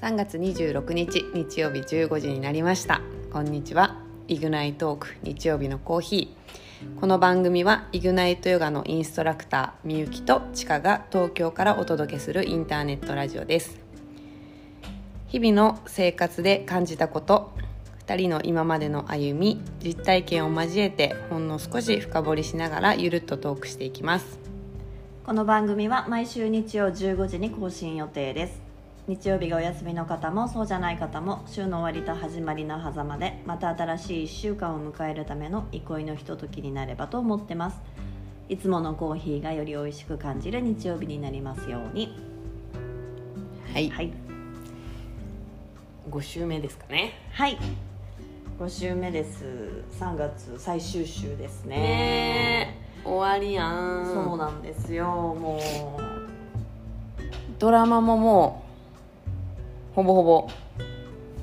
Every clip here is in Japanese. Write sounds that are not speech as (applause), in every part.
3月26日日曜日15時になりましたこんにちはイグナイトーク日曜日のコーヒーこの番組はイグナイトヨガのインストラクターみゆきとちかが東京からお届けするインターネットラジオです日々の生活で感じたこと2人の今までの歩み実体験を交えてほんの少し深掘りしながらゆるっとトークしていきますこの番組は毎週日曜15時に更新予定です日曜日がお休みの方もそうじゃない方も週の終わりと始まりの狭間でまた新しい1週間を迎えるための憩いのひとときになればと思ってますいつものコーヒーがより美味しく感じる日曜日になりますようにはい、はい5週目ですかねはい5週目です3月最終週ですねねえ終わりやんそうなんですよもうドラマももうほぼほぼ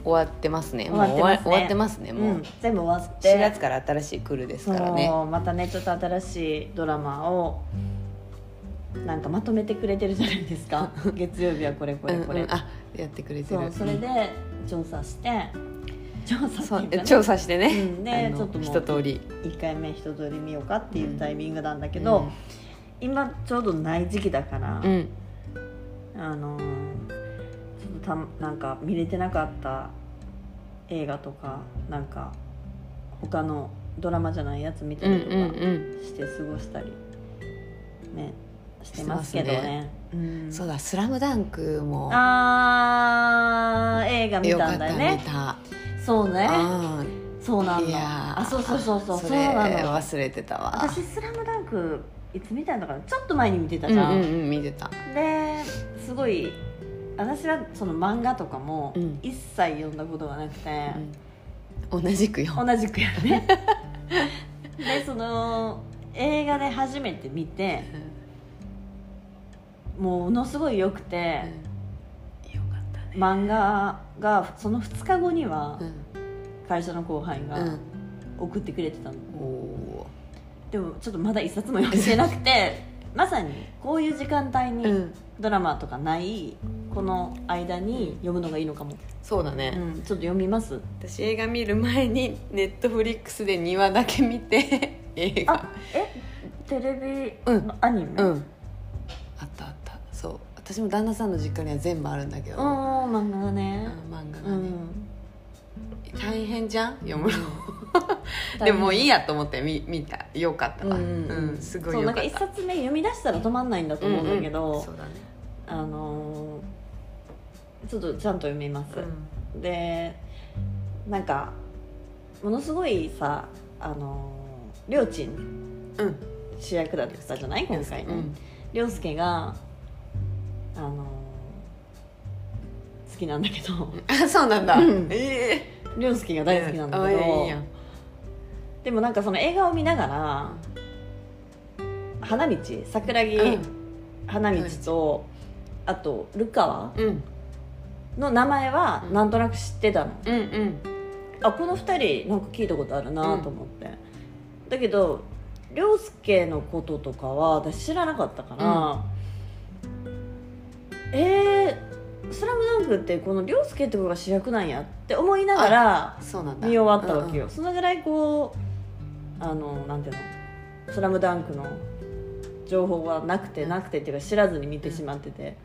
終わってますねもう終わ終わってますねもう、ん全部終わって4月から新しい来るですからねそうまたねちょっと新しいドラマをなんかまとめてくれてるじゃないです (laughs) か月曜日はこれこれこれ、うんうんあやってくれてそうるそれで調査して調そ査うっていうかね調査してうね、ん、あでのちょっとも一う通り1回目一通り見ようかっていうタイミングなんだけど、今ちょうどない時期だから、うん、うんあのーちょっとたなんか見れてなかった映画とかなんか他のドラマじゃないやつ見たうんりとか、うんうんして過ごしたりねしてますけどねうんそうだ「スラムダンクもあー映画見よたかっんだたよ見ねたそうねあーそうなんいだやーあそうそうそうそうそそうれなの忘れてたわ私「スラムダンクいつ見たのかなちょっと前に見てたうじんゃん、うんうん見てたですごい私はその漫画とかもうん一切読んだことがなくて、うん同じくよ同じくや (laughs) ねでその映画で初めて見てもうものすごい良くて、よかったね漫画がその2日後にはう会社の後輩ん、うがん、送ってくれてたの、おおでもちょっとまだ一冊も読んでなくてまさにこういう時間帯ー、うにん、ドラマとかないこの間に読むのがいいのかも、そうだうね、ん、ちょっと読みます私映画見る前にネットフリックスで庭だけ見て映画あえテレビうんのアニメううんんあったあったそう私も旦那さんの実家には全部あるんだけど、うん漫画がね漫画うがね、ん大変じゃん読むのでももういいやと思って見見たよかったわ、うんすごいそうよなかんっかた一冊目読み出したら止まんないんだと思うんだけど、うんうんそうだね、あのーちょっとちゃんと読みます、でなんかものすごいさあのーりょーちんうんうん主役だったじゃない今回うねんりょうすけがあのー好きなんだけどあそうなんだ、うんえりょうすけがえ大好きなんだけあいいやどんでもなんかその映画を見ながら花道桜木花道と、あとルカワうんうんの名前はなんとなく知ってたの、うんうんあこの2人なんか聞いたことあるなと思って、だけど涼介のこととかは私知らなかったから、えースラムダンク」ってこの涼介って子が主役なんやって思いながらそうなんだ見終わったわけよ、そのぐらいこうあのなんていうの「スラムダンクの情報がなくてうんなくてっていうか知らずに見てしまってて、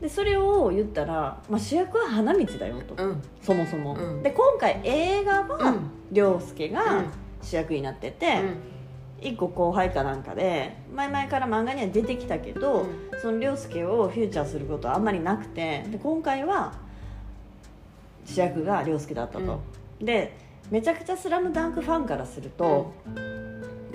でそれを言ったら、まあ、主役は花道だよと、うんうんそもそも、うんで今回映画うはん涼介うがん主役になってて、一個後輩かなんかで前々から漫画には出てきたけど、その涼介をフューチャーすることはあんまりなくてで今回は主役が涼介だったと、でめちゃくちゃ「スラムダンクファンからすると、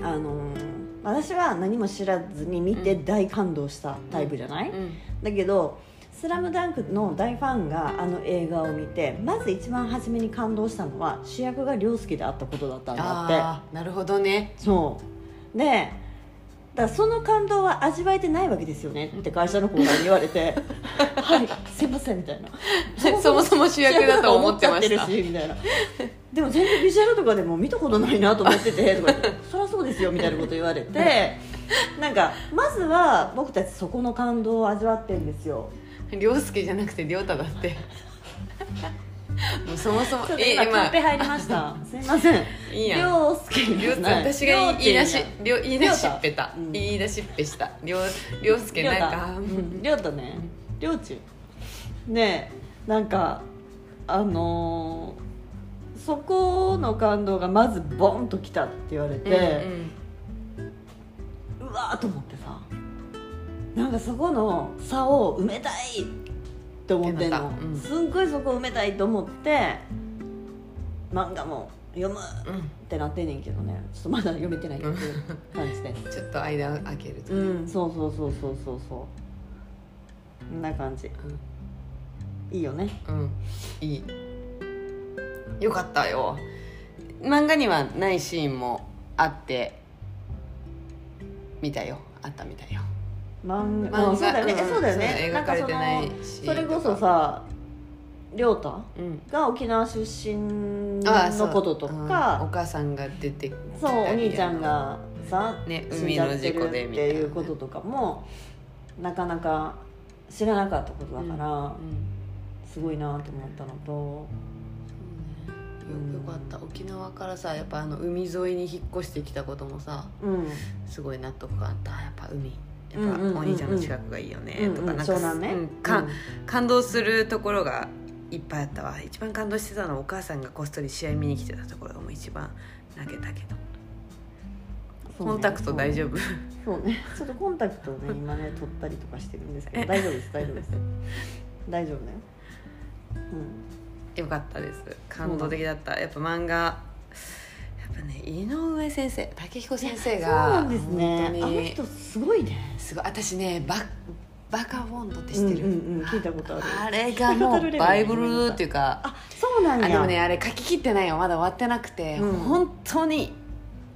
あのー私は何も知らずに見て大感動したタイプじゃない、うんだけど「スラムダンクの大ファンがあの映画を見てまず一番初めに感動したのは主役が涼介であったことだったんだっああなるほどねてそうでだからその感動は味わえてないわけですよねって会社の後輩に言わ (laughs) れて「はいすいません」みたいなそもそも主役だと思ってま主役しただと思っちゃってるしみたいなでも全然ビジュアルとかでも見たことないなと思っててとか言ってそりゃそうですよみたいなこと言われてなんかまずは僕たちそこの感動を味わってるんですよ涼介じゃなくて亮太だってもうそもそもちょっとえ今カンペ入りましたすいませんいいやん涼介りょうない私が言い出しりょう言い出しっぺた、うん言い出しっぺしたりょうりょうすけりょうなんたかうんりょうたねりょうちゅねえなんかあのーそこの感動がまずボンときたって言われうんうて、んうわーと思ってさなんかそこの差を埋めたいって思ってんのってなったうんすんごいそこ埋めたいと思って漫画も読むっうんてなってんねんけどねちょっとまだ読めてないっていう感 (laughs) じでちょっと間開けると、うんそうそうそうそうそうそうこんな感じいいよねうん、いいよかったよ漫画にはないシーンもあって見たよあったみたいよ漫漫画画うんそうだよね、うんそうだよそうねだ描かなんかれそてないのしそれこそさ亮太うんが沖縄出身ああそのうこととうんおか母さんが出てきそうお兄ちゃんがさ、ね死んじゃって海の事る故でっみたいてないうこととかもなかなか知らなかったことだから、うんすごいなと思ったのとよよかった沖縄からさやっぱあの海沿いに引っ越してきたこともさうんすごい納得感あったやっぱ海やうんうんっうんぱお兄ちゃんの近くがいいよねとうんうかんなん湘か南ねうんか感動するところがいっぱいあったわ一番感動してたのはお母さんがこっそり試合見に来てたところがもう一番泣けたけどコンタクト大夫丈夫そうね、ちょっとコンタクトをね、今ね、取ったりとかしてるんですけど、大丈夫です、大丈夫です。大丈夫だよ。 (laughs) よかったです感動的だったやっぱ漫画やっぱね井上先生武彦先生うん。そうがなんです本ね。当あのに人すごいね。すごい私ねババカボンドって知ってる、うんうんうん聞いたことあるあれがもうバイブルっていうかあ、そうなんあや。でもねあれ書き切ってないよまだ終わってなくて、うん本当に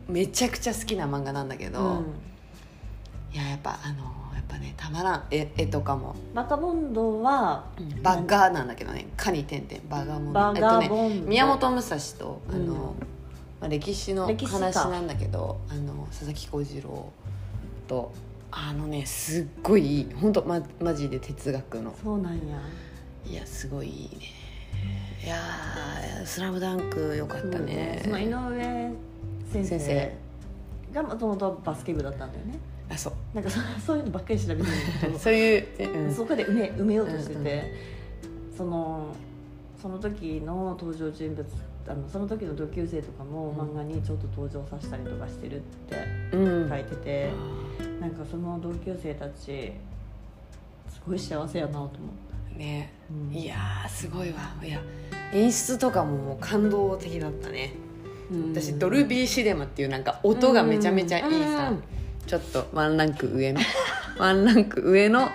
めちゃくちゃ好きな漫画なんだけうど、ん。いややっぱあのやっぱねたまらん絵絵とかも、バカボンドは。バッガーなんだけどね「カに点々バガモン」バえっガとボねンド。宮本武蔵とあの、うんまあ、歴史の歴史か話なんだけどあの佐々木小次郎とあのねすっごいいい本当まマジで哲学のそうなんや。いやすごいいいねいやースラムダンクよかっそうただねね。その井上先先生生。がもともとバスケ部だったんだよね。あそうなんか、そそういうのばっかり調べてるんだ (laughs) けど。そういう、うんそこで埋め埋めようとしてて、うんうそのその時の登場人物あのその時の同級生とかもうん漫画にちょっと登場させたりとかしてるってうん書いてて、なんかその同級生たちすごい幸せやなと思った、ねうんい、やーすごいわいや演出とかももう感動的だったね私ドルービーシネマっていうなんか音がめちゃめちゃいいさ、うんちょっとワンランク上の (laughs) ワンランク上のあ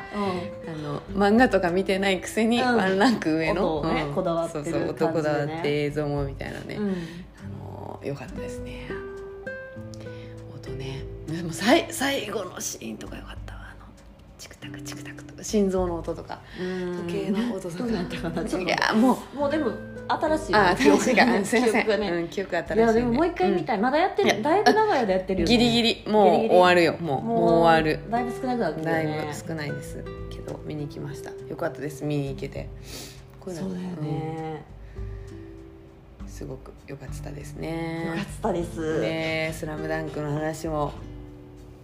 の漫画とか見てないくせにうんワンランク上の、音をねこだわってるそうそう音感こじでだねわって映像もみたいなね、うあんのよかったですね音ねでもさい最後のシーンとかよかったわあのチクタクチクタクとか心臓の音とかうん時計の音とどか、うなったかなちょっいとやもうもうでも新しいあ記憶確 (laughs) か (laughs) にすいませ記憶がん、ね、うん、記憶新しい、いね、やでももう一回見たい、まだやっていやるだいぶ長い間やってるうんギよ、ね、リギリもうギリギリ終わるよもうもう終わるだいぶ少なくなってるよだいねぶ少ないですけど見に行きましたよかったです見に行けてこいのそうだよね、うんすごく良かったですよかっねたです、ねスラムダンクの話も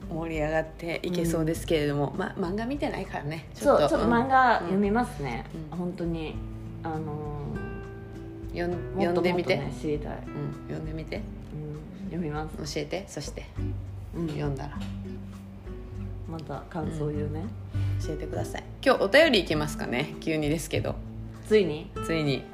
盛り上がっていけそうですけれども、ま漫画見てないからねそうちょっと漫画読みますね、うん本当にあのうんよんー、もっ読とんでもっみと、て、ね、知りたい、うん読んでみてうん、読みます、教えてそしてうん、読んだらまた感想言うね、教えてください今日お便りいきますかね急にですけどついについに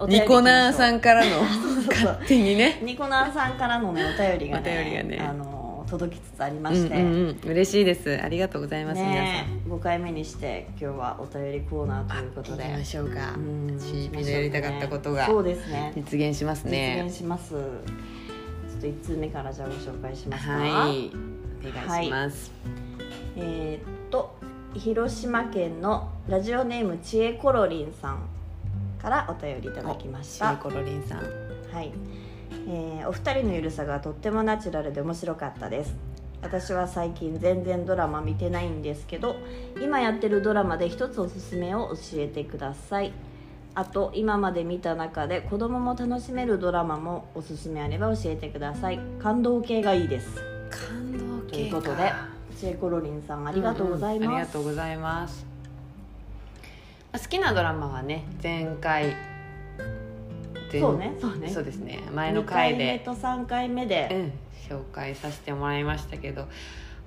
お便りニコナーさ行んからのきましょう (laughs) そうそう勝手にねニコナーさんからのねお便りがねお便りがねあのー届きつつありうまんして、うんうん嬉しいですありがとうございます、ね5回目にして今日はお便りコーナーという皆さことんで行きましょうかうんちみのやりたかったことがそうですね実現します実ね現しますちょっと1通目からじゃあご紹介しますかはいお願いします、えーっと広島県のラジオネームちえころりんさんからお便りいただきましシたーコロリンさんはい、えーお二人のゆるさがとってもナチュラルで面白かったです私は最近全然ドラマ見てないんですけど今やってるドラマで一つおすすめを教えてくださいあと今まで見た中で子供も楽しめるドラマもおすすめあれば教えてください感動系がいいです感動系かということでシェイコロリンさんあありがとうございます、ありがとうございますまあ好きなドラマはね前回前そうねそうねそうですね前の回2回目で、と3回目うでん、紹介させてもらいましたけど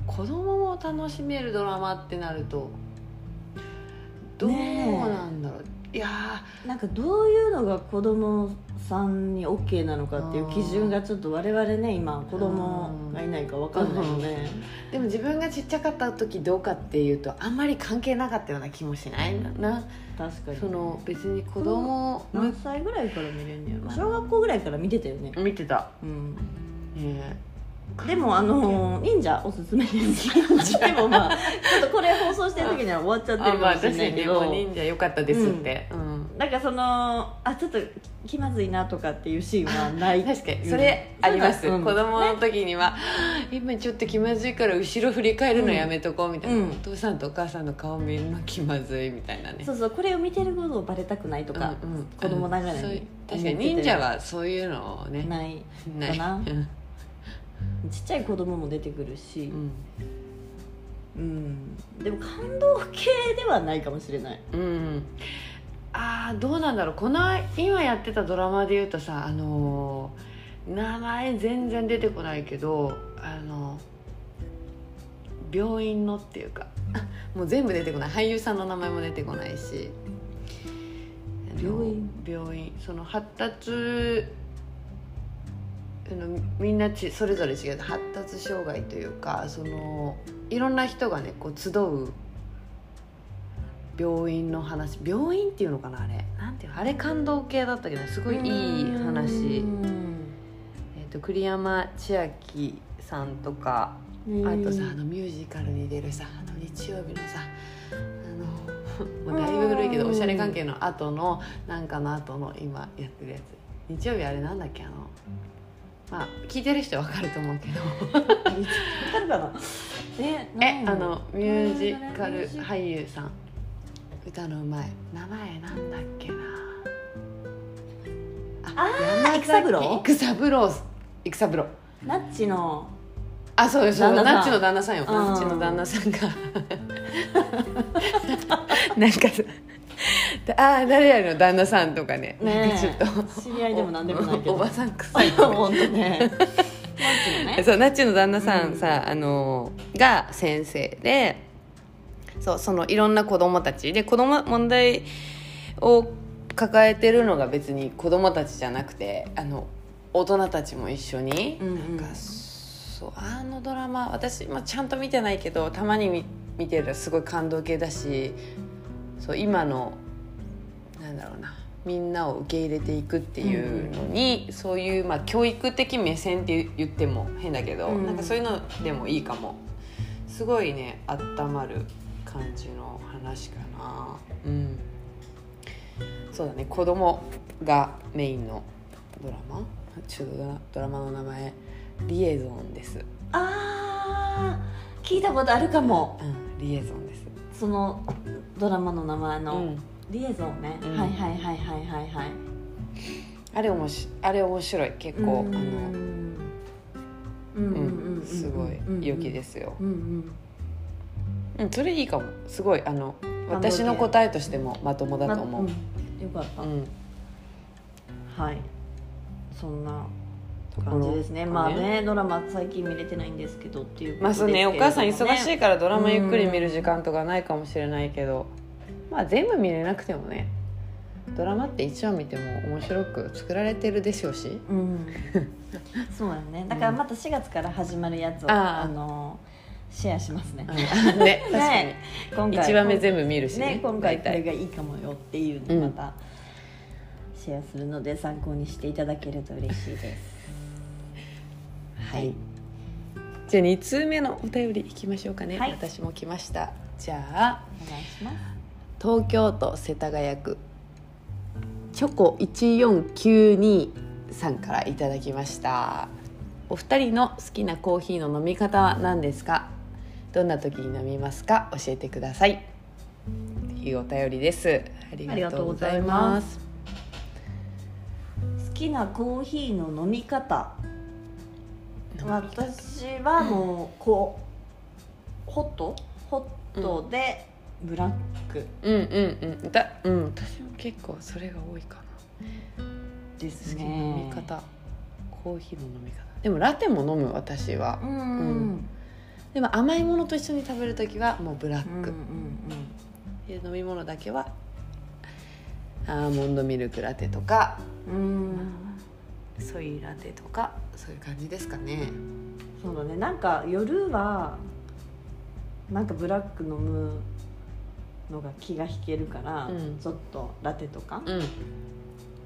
子供も楽しめるドラマってなるとどうなんだろう、いやなんかどういうのが子供さんに OK なのかっていう基準がちょっと我々ね今子供がいないか分かんないのでーでも自分がちっちゃかった時どうかっていうとあんまり関係なかったような気もしないなな確かにその別に子供何む歳ぐらいから見れんねやろ小学校ぐらいから見てたよね、見てた、うん、ねでもあのー忍者おすすめです (laughs) でも (laughs) まあちょっとこれ放送してる時には終わっちゃってあるまかあもしれ確かないにけねど、もう忍者良かったですって、うんなんかそのあちょっと気まずいなとかっていうシーンはない確かにそれあります、うん子供の時には、今ちょっと気まずいから後ろ振り返るのやめとこうみたいな、うんお父さんとお母さんの顔見るの気まずいみたいなねそうそうこれを見てることをバレたくないとか、うんうん子供ながらにそういう確か思にってて忍者はそういうのをねないなかなうんちっちゃい子供も出てくるしう、んうん、でも感動系ではないかもしれないうんああどうなんだろうこの今やってたドラマでいうとさあのー名前全然出てこないけどあの病院のっていうかあもう全部出てこない俳優さんの名前も出てこないしあの病院病院その発達あのみんなちそれぞれ違う発達障害というかそのいろんな人がねこう集う病院の話病院っていうのかなあれなんていうのあれ感動系だったけどすごいいい話、えっと栗山千明さんとかあとさあのミュージカルに出るさあの日曜日のさあの (laughs) もうだいぶ古いけうどんおしゃれ関係の後のなんかの後の今やってるやつ日曜日あれなんだっけあのまあ聞いてる人わかると思うけどわかるかなええなんあやろのミュージカミュルージカル俳優さん歌のうまい名前なんだっけなあー育三郎育三郎育三郎ナッチのあそうですそうです旦那さんナッチの旦那さんようんナッチの旦那さん (laughs) がなんかさあー誰々の旦那さんとかねなんねかちょっと知り合いでもなんでもないけどおおばさんくさい (laughs) 本当ねナッチのねそうナッチの旦那さんうんさ、あのが先生でそうそのいろんな子供たちで子供問題を抱えてるのが別に子供たちじゃなくてあの大人たちも一緒に、うんうんなんかそうあのドラマ私、まあ、ちゃんと見てないけどたまに見見てるすごい感動系だしそう今のなんだろうなみんなを受け入れていくっていうのに、そういう、まあ、教育的目線って言っても変だけど、うんなんかそういうのでもいいかもすごいねあったまる感じの話かなうんそうだね子供がメインのドラマちょっとドラドラマの名前リエゾンです、あー聞いたことあるかもうん、リエゾンです、そのドラマの名前うの、ん、リエゾンね、うんはいはいはいはいはいはいあれおもしあれ面白い結構あのうんううんんすごい良きですよ、うんうんうん、それいいかもすごいあの感動系私の答えとしてもまともだと思う、まうんよかった、うんはいそんなとこ感ろじですねまあねドラマ最近見れてないんですけどっていうことまあですそけうねれどおも母さん忙しいからドラマゆっくり見る時間とかないかもしれないけど、まあ全部見れなくてもねドラマって一話見ても面白く作られてるでしょうしうん (laughs) そうだよねだからまた4月から始まるやつを、あーあのシェアしますねあのね確かにね今1話目全部見るしねね今回これ大体がいいかもよっていううのんをまたシェアするので参考にしていただけると嬉しいです、はいじゃあ2通目のお便りいきましょうかね、はい私も来ましたじゃあお願いします東京都世田谷区チョコ1492さんからいただきましたお二人の好きなコーヒーの飲み方は何ですかどんな時に飲みますか教えてくださいっていうお便りですありがとうございます好きなコーヒーの飲み方私はもうこうホットホットでブラックうんうんうんだうん私も結構それが多いかなです好きなね飲み方コーヒーの飲み方でもラテも飲む私はうんうんでも甘いものと一緒に食べる時はもうブラうんうッんク、で飲み物だけはアーモンドミルクラテとかうんうんソイラテとかそういう感じですかねそうだねなんか夜はなんかブラック飲むのが気が引けるから、うんちょっとラテとか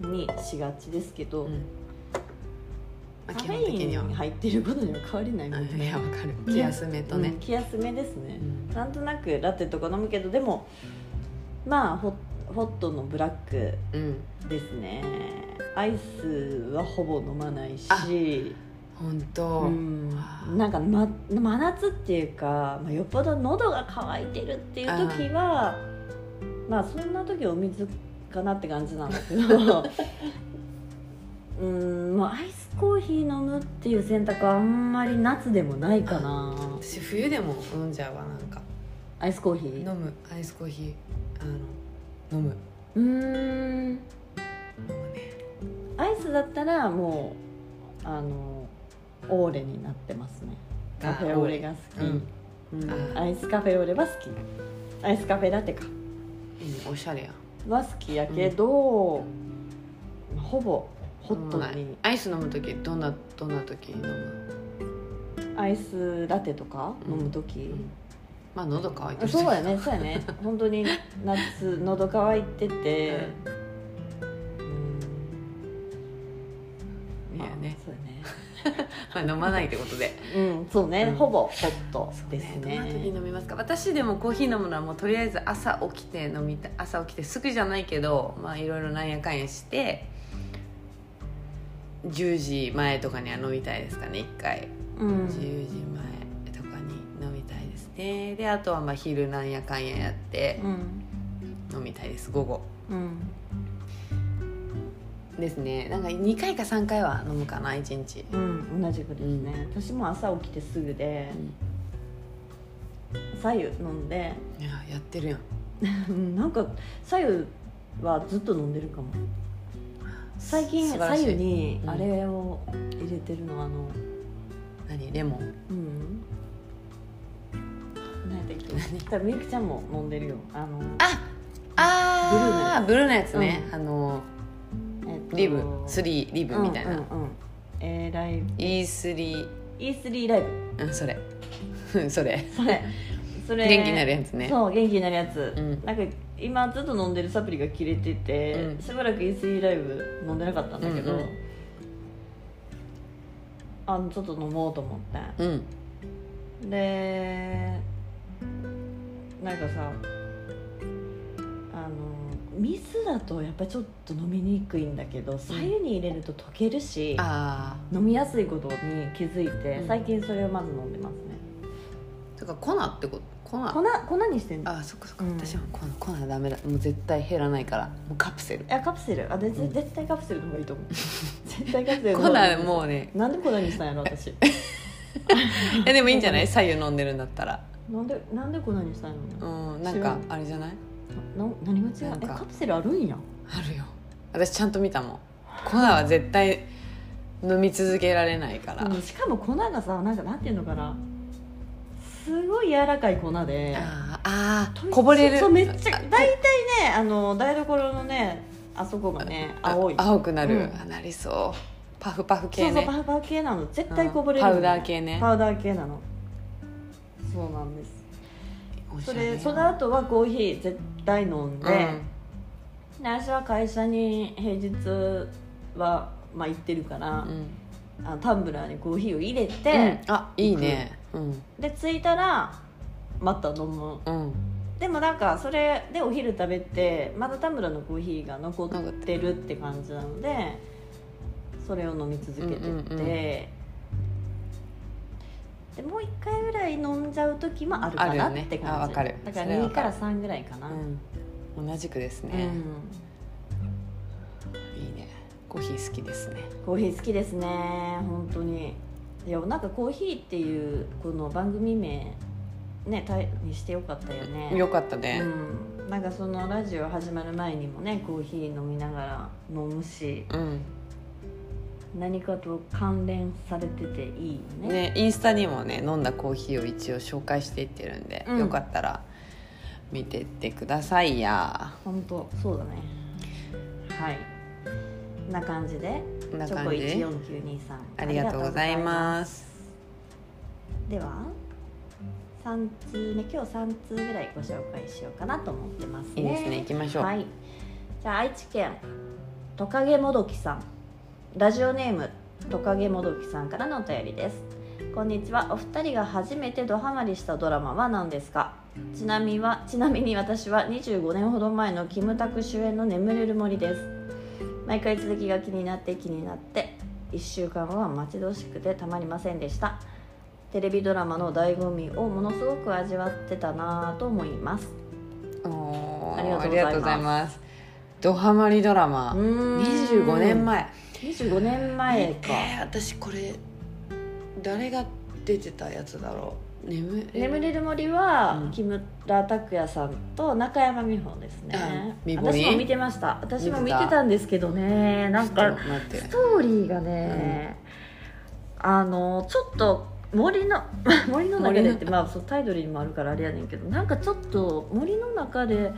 うん、にしがちですけど、うんまあ、カ基フェ本イン的にはに入ってることには変わりないもんうんいねやわかる気休めとうねん、気休めですねう、んなんとなくラテとか飲むけどでもまあホホットのブラックうん、ですねアイスはほぼ飲まないあし本う当、んなんか、ま、真夏っていうか、まあ、よっぽど喉が渇いてるっていう時はまあそんな時お水かなって感じなんだけど (laughs) うんもうアイスコーヒー飲むっていう選択はあんまり夏でもないかな私冬でも飲んじゃうわなんかアイスコーヒー飲むアイスコーヒーあの飲むうーん飲むねアイスだったらもうあのオーレになってますねカフェオレが好き、うんうんあーアイスカフェオレは好きアイスカフェラテかいいねおしゃれやは好きやけど、ほぼホットにアイス飲む時どんなどんな時に飲むアイスラテとか飲む時、まあ喉乾いてるそうやねそうやね本当に夏喉乾いてて、うんいやねそうやねまあ飲まないってことでうんそうね、うんほぼホットですどんな時にね飲みますか私でもコーヒー飲むのはもうとりあえず朝起きて飲みたい朝起きてすぐじゃないけどまあいろいろなんやかんやして10時前とかには飲みたいですかね一回うん10時前とかに飲みたいですねであとはまあ昼なんやかんややってうん飲みたいです午後うんですねなんか2回か3回は飲むかな1日うん、同じくですね、私も朝起きてすぐで左右飲んで (laughs) いややってるやんなんか左右はずっと飲んでるかも最近素晴らし左い右にうんあれを入れてるの、あの何レモンうん何だっけ多分みゆきちゃんも飲んでるよあのああーブルーのやつね、あのえっとリブ3リブみたいな、うんうんうん A ライブ E3 E3 ライブうんそれ (laughs) それそれそれ元気になるやつねそう元気になるやつ、うんなんか今ずっと飲んでるサプリが切れてて、うんしばらく E3 ライブ飲んでなかったんだけど、うんうんあのちょっと飲もうと思ってうんでなんかさあの水だとやっぱりちょっと飲みにくいんだけど左右に入れると溶けるし、あ飲みやすいことに気づいて、うん最近それをまず飲んでますねあとか粉ってこと粉粉粉にしてんのあそっかそっか、うん私は粉粉ダメだもう絶対減らないからもうカプセルいやカプセルあでぜ絶対カプセルの方がいいと思う (laughs) 絶対カプセル粉の方がいいもうねうなんで粉にしたんや (laughs) ろ私えでもいいんじゃない左右飲んでるんだったらなんでなんで粉にしたんやうろんなん知らかんあれじゃないなな何が違なうんえかカプセルあるんやあるよ私ちゃんと見たもん粉は絶対飲み続けられないから、うんしかも粉がさなんかなんていうのかなすごい柔らかい粉であーあとーこぼれるそうめっちゃあ大体ねあの台所のねあそこがねあ青い青くなる、うんあなりそうパフパフそ系うそうねパウダー系なの絶対こぼれるうんパウよね、ダー系ねパウダー系なのそうなんですおしそゃれやれその後はコーヒー絶対飲んで、うんで私は会社に平日は、まあ、行ってるからう、んあタンブラーにコーヒーを入うれんて、あいいねうんで着いたらまた飲むうんでもなんかそれでお昼食べてまだタンブラーのコーヒーが残ってるって感じなのでそれを飲み続けてて、うんうんうんでもう一回ぐらい飲んじゃう時もあるかあるなよっねてあ感わじ、かるだかそられはわ2かかるら3ぐらいかな、うん、同じくですうね、んいいねコーヒー好きですねコーヒー好きですね本当にいやなんかコーヒーっていうこの番組名ねたいにしてよかったよねよかったね、うん、なんかそのラジオ始まる前にもねコーヒー飲みながら飲むしうん何かと関連されてていいよねね、インスタにもね飲んだコーヒーを一応紹介していってるんで、うんよかったら見てってくださいや本当そうだねはいこんな感じでこんなチョ感コじ14923ありがとうございますでは3通目今日3通ぐらいご紹介しようかなと思ってますねいいですね行きましょう、はいじゃあ愛知県トカゲもどきさんラジオネームトカゲもどきさんからのお便りですこんにちはお二人が初めてドハマりしたドラマは何ですかちなみはちなみに私は25年ほど前のキムタク主演の「眠れる森」です毎回続きが気になって気になって1週間は待ち遠しくてたまりませんでしたテレビドラマの醍醐味をものすごく味わってたなぁと思いますおーありがとうあございますりがとうございますドハマりドラマ25 25年前25年前かえー私これ誰が出てたやつだろう眠「眠れれる森」はうん木村拓哉さんと中山美穂ですねうん美穂私ねも見てました私も見見ててたたんですけどねなんちょっかと待ってストーリーがね、あのちょっと森の森の中でって、まあ、そのタイトルにもあるからあれやねんけどなんかちょっと森の中で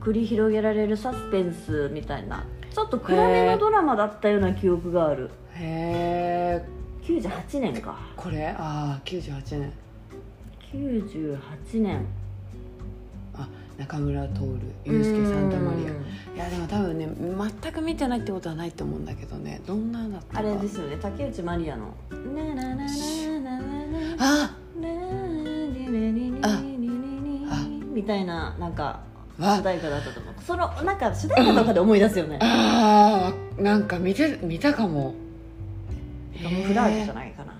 繰り広げられるサスペンスみたいなちょっと暗めのドラマだったような記憶があるへえ98年かこれああ98年98年中村徹ユースケ・サンタマリアうんいやでも多分ね全く見てないってことはないと思うんだけどねどんなだったかあれですよね竹内まりやの「なななななななあああみたいななんか主わ題歌だったと思うそのなんか主題歌とかで思い出すよねあーなんか見て見たかもカモフラージュじゃへーないかな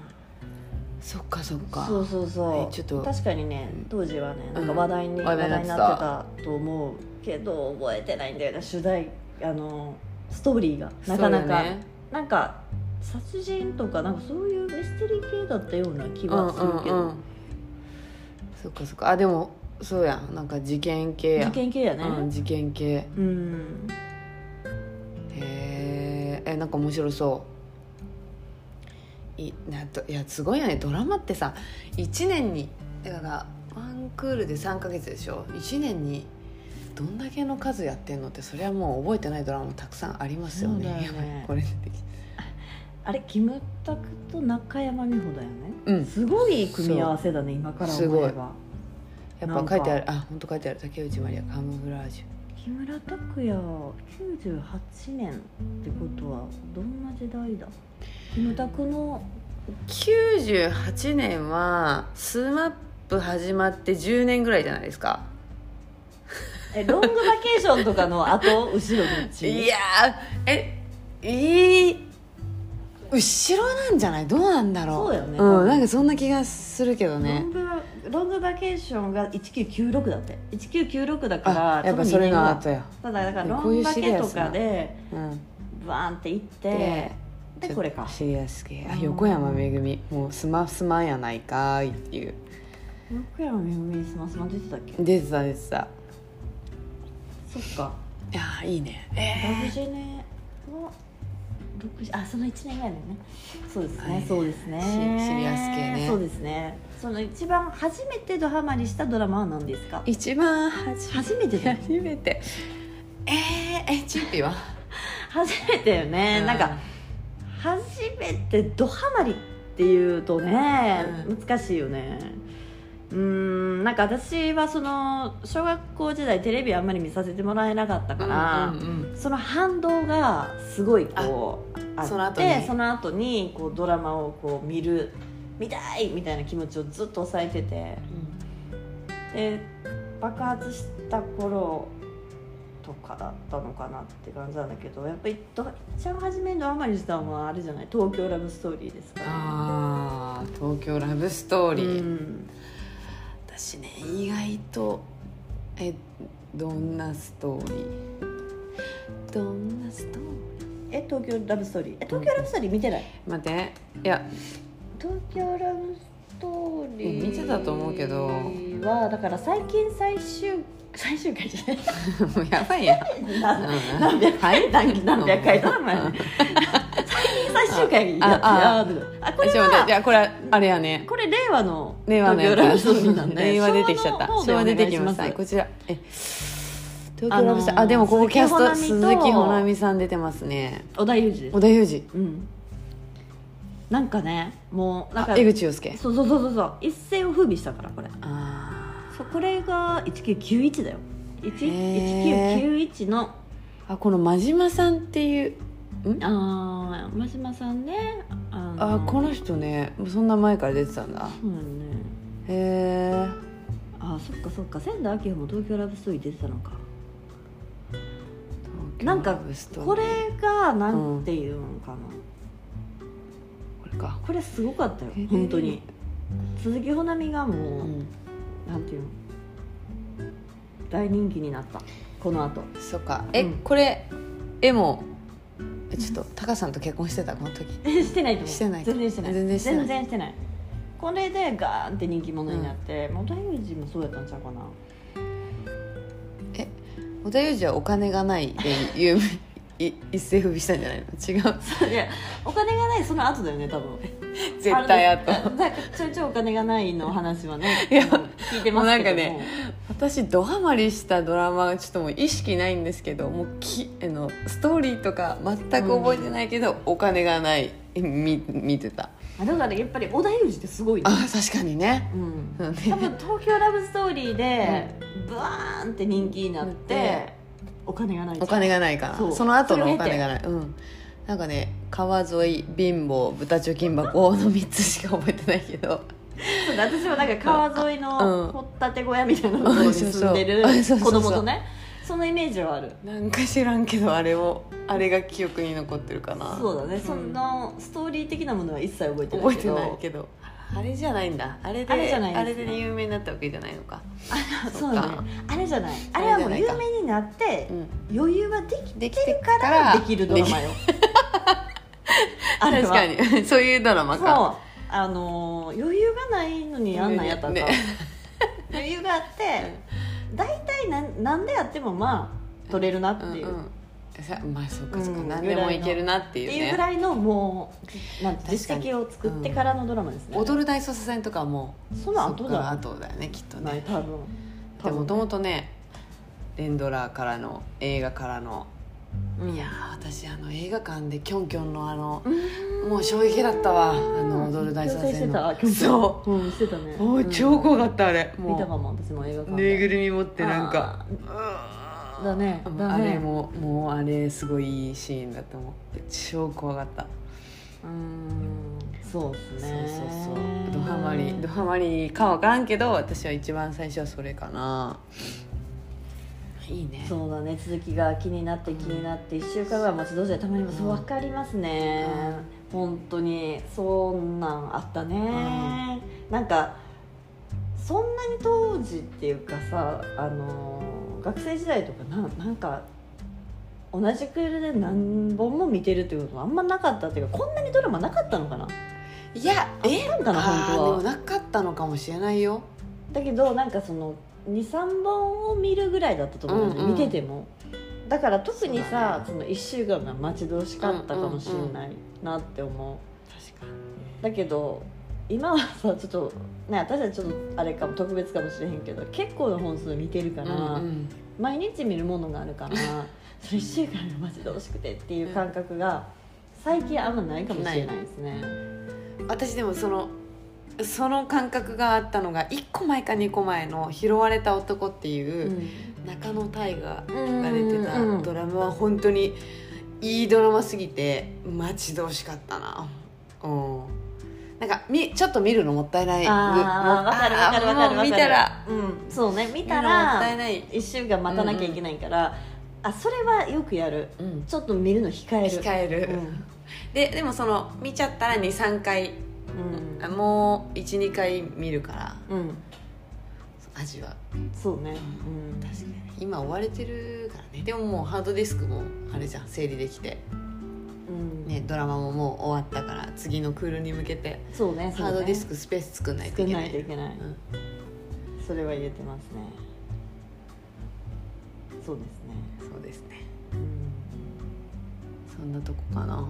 そっかそっかそうそうそえうちょっと確かにねうん当時はねんなんか話題に話話題題にになってたなってたと思うけど覚えてないんだよね主題あのストーリーがなかなそうかだねなんか殺人とかなんかそういうミステリー系だったような気うんはすうるんけうど、んそっかそっかあでもそうやんなんか事件系や事件系やねうん、事件系へうん、ーえなんか面白そういなといやすごいよねドラマってさ1年にだからワンクールで3ヶ月でしょ1年にどんだけの数やってんのってそれはもう覚えてないドラマもたくさんありますよねそうだよやねばい (laughs) これ出てきたあれキムタクと中山美穂だよね、うんすごい組み合わせだね今から思えばやっぱ書いてあるあ本当書いてある竹内まりやカムフラージ木村拓哉98年ってことはどんな時代だキムタクのュ98年はスマップ始まって10年ぐらいじゃないですかえロングバケーションとかの後後ろどっちいやーえいい後ろなんじゃないどうなんだろうそうよねうん、なんかそんな気がするけどロねングロングバケーションが1996だって1996だからあやっぱそれの後や、ただだからこロういンうバシリケアとスなかでうん、バーンって行ってでこれかシリアス系あうん横山めぐみもうスマスマやないかーいっていう僕らのめぐみにスマスマ出てたっけ出てた出てたそっかいやーいいねえラブジェネの60あその1年ぐらいだよねそうですね、はいそうですねシシリアス系ねそうですねその一番初めてドハマりしたドラマは何ですかー一番初初めてだよ初めてえー、えチンピは、 (laughs) 初めてよね、なんか初めてドハマりっていうとね、う難しいよねうーんなんか私はその小学校時代テレビあんまり見させてもらえなかったうかんら、うんうんその反動がすごいこうあってその後にその後にこうドラマをこう見る見たいみたいな気持ちをずっと抑えててで爆発した頃とかだったのかなって感じなんだけどやっぱりど一番初めの甘利さんはあれじゃない東京ラブストーリーですから、あー東京ラブストーリー、うん私ね意外とえどんなストーリーどんなストーリーえ東京ラブストーリーえ東京ラブストーリー見てない待っていや東京ラブストーリー見てたと思うけどはだから最近最終最終回じゃないもうやばいやん (laughs) 何何百回何何百回だお前うん最終回やってああああこれちょっと待ってじはゃあこれあれやねこれ令和の令和のや東京ラブストーリーなんつで令和出てきち (laughs) ゃった昭和の方で昭和出てきお願まいししまたすこちらえ東京あのーラブストーリーあでもここキャスト鈴鈴木保奈美と木保奈美さん出てますね織田裕二です織田裕二うんなんかねもうなんかあ江口洋介そうそうそうそうそう一世を風靡したからこれあそうこれが1991だよへー1991のーあこの真島さんっていうああ真島さんねああーこのの人ねそんな前から出てたんだそうだねへえあーそっかそっか千田明穂も東京ラブストーリー出てたのかなんかこれがなんていうのかな、これかこれすごかったよへー本当に鈴木保奈美がうもう、んなんていうの大人気になったこの後 (laughs) そっかえうんこれ絵もえちょっとタカさんと結婚してたこの時えしてないと思うしてない全然してない全然してないしてないこれでガーンって人気者になってもう大友人もそうやったんちゃうかな (laughs) 織田裕二はお金がないで有 (laughs) 名い一世風靡したんじゃないの違ういやお金がないその後だよね多分 (laughs) 絶対あとあの (laughs) なんかちょいちょいお金がないの話は (laughs) ねいやあの聞いてますけどももうなんかね (laughs) 私ドハマりしたドラマちょっともう意識ないんですけどもうきあのストーリーとか全く覚えてないけど、お金がないみ見てたあだからやっぱり織田裕二ってすごいねあ確かにねうんうん多分東京ラブストーリーでブワーンって人気になってでお金がないお金がないからそうその後のお金がないうんなんかね川沿い貧乏豚貯金箱の3つしか覚えてないけどそうだ私はなんか川沿いうんの掘ったて小屋みたいなところに住んでるうんそうそう子供とねそのイメージはあるなんか知らんけどあれをあれが記憶に残ってるかなそうだね、んそのストーリー的なものは一切覚えてな覚えいけてどないけどあれじゃないんだあれであれじゃないですあれで有名になったわけじゃないのかあそそううかだねあれじゃないあれはもうあれじゃ有ないか名になってうん余裕はできでてきてるかかららできるドラマよあ (laughs) れ確はかにそういうドラマかそうあのー余裕がないのにあんなんやったんだ、ね (laughs) 余裕があって大体なんなんでやってもまあ取れるなっていう、んっんさまあそうかそうか、うん何でもいけるなってていういねうぐらいのもうなんて確かに実績を作ってからのドラマですね、踊る大捜査線とかはもうその後だそっから後だよねきっとねない多分多で分もともとね連ドラからの映画からの、うんいやー私あの映画館でキョンキョンのあのう、もう衝撃だったわあの踊る大捜査して線のた、そううん、してたねうおーうん超怖かったあれ見もたかも私も映画う館ぬいぐるみ持ってなんかあーだねうんだあねれももうあれすごいいいシーンだと思って超怖かったうーんそうですそうねそうそうドハマりドハマりかわからんけど私は一番最初はそれかないいねそうだね続きが気になって気になって1週間ぐらい待ち遠しいたまにもそううん分かりますね、本当にそんなんあったね、なんかそんなに当時っていうかさあの学生時代とかななんか同じクールで何本も見てるっていうこともあんまなかったっていうかこんなにドラマなかったのかないやえなんかなあーでも本当はなかったのかもしれないよだけどなんかその23本を見るぐらいだったと思うんだよねうんうん見ててもだから特にさそそ、の1週間が待ち遠しかったかもしれないなって思う,、確かにだけど今はさちょっとね私たちちょっとあれかも特別かもしれへんけど結構な本数見てるから、うんうん毎日見るものがあるから (laughs) それ1週間が待ち遠しくてっていう感覚が最近あんまないかもしれないですね私でもそのその感覚があったのが1個前か2個前の「拾われた男」っていう中野大河が出てたドラマは本当にいいドラマすぎて待ち遠しかったなうんなんかみちょっと見るのもったいないあーわかるわかるわかるわかるもう見たらうん、そうね見見たるのもっらたいない1週間待たなきゃいけないから、あそれはよくやるうん、ちょっと見るの控える控える、ででもその見ちゃったら23回、うんあもう12回見るからうん、うん、味はそうね、うん、確かに今追われてるからねでももうハードディスクもあれじゃん整理できて、うんね、ドラマももう終わったから次のクールに向けてそうねそうねハードディスクスペース作んないと作いんけなないいといけない、うんそれは言えてますねそうですね、そうですねうそんんなとこかな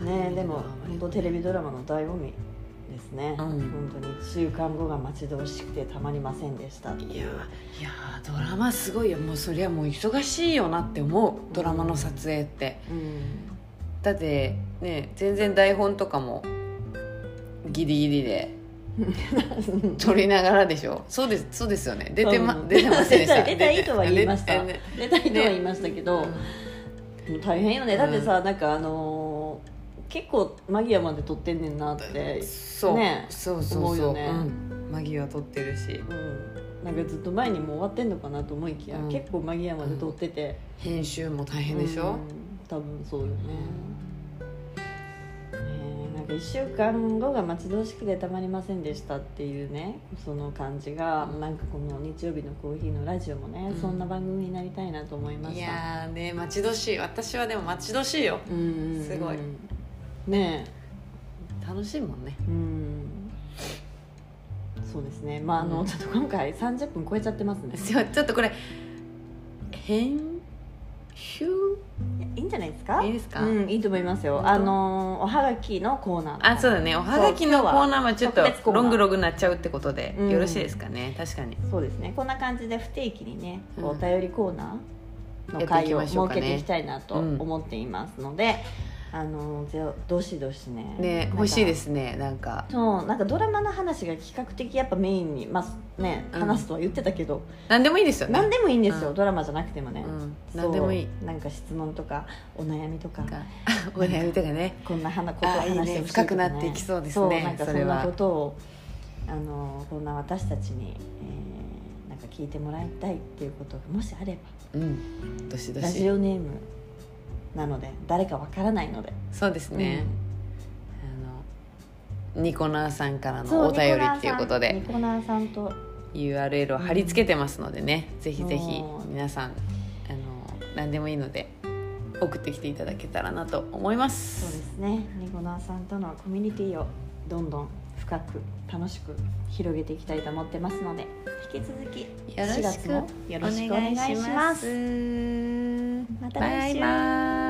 ねえでも本当テレビドラマの醍醐味ですね、うん本当に1週間後が待ち遠しくてたまりませんでしたっていいやういやドラマすごいよもうそりゃもう忙しいよなって思うドラマの撮影ってうんだってね全然台本とかもギリギリ (laughs) で撮りながらでしょそうですそうですよね出てま、うん出てませんでした (laughs) 出たいとは言いました出て出たいとは言いましたけど、もう大変よねだってさ、なんかあのー結構間際まで撮ってんねんなって、そう、ねそうそう思うそうよねうん、間際撮ってるしうん、なんかずっと前にもう終わってんのかなと思いきや、うん結構間際まで撮ってて、編集も大変でしうょ、ん多分そうよね、ねえなんか1週間後が待ち遠しくてたまりませんでしたっていうねその感じが、うんなんかこの日曜日のコーヒーのラジオもね、うんそんな番組になりたいなと思いまいしたやーね待ち遠しい私はでも待ち遠しいようんうんうんすごいね楽しいもんねえうんそうですねまああの、うんちょっと今回30分超えちゃってますねそう (laughs) ちょっとこれ編集いいんじゃないですかいいですかうん、いいと思いますよ本当あのおはがきのコーナーあそうだねおはがきのコーナーはちょっとそう今日は特別コーナーロングログになっちゃうってことでうんよろしいですかね確かにそうですねこんな感じで不定期にね、うんお便りコーナーやっのてい会きをましょうか設けねていきたいなと思っていますので、あのぜどしどしねね欲しいですすねなんかそうなんかドラマの話が比較的やっぱメインに、まあね、うん話すとは言ってたけど、何でもいいですよね何でもいいんですよ、うんドラマじゃなくてもね、うんそう何でもいいなんか質問とかお悩みとかなんか (laughs) お悩みとかねこんな話ことをあいいね話してほしいとか、深ね、くなっていきそうですねそうなんかそそれんはなことをあのこんな私たちに、えーなんか聞いてもらいたいっていうことがもしあれうんどしばどラジしオネームなので誰かわからないのでそうですねあのニコナーさんからそのお便りっていうことでニコナーさんニコナーさんと URL を貼り付けてますのでね、ぜひぜひもう皆さんあの何でもいいので送ってきていただけたらなと思いまそうですすねニコナーさんとのコミュニティをどんどん深く楽しく広げていきたいと思ってますので引き続きよろ4し月くもよろしくお願いお願いしますしますまたバ来イ週バイ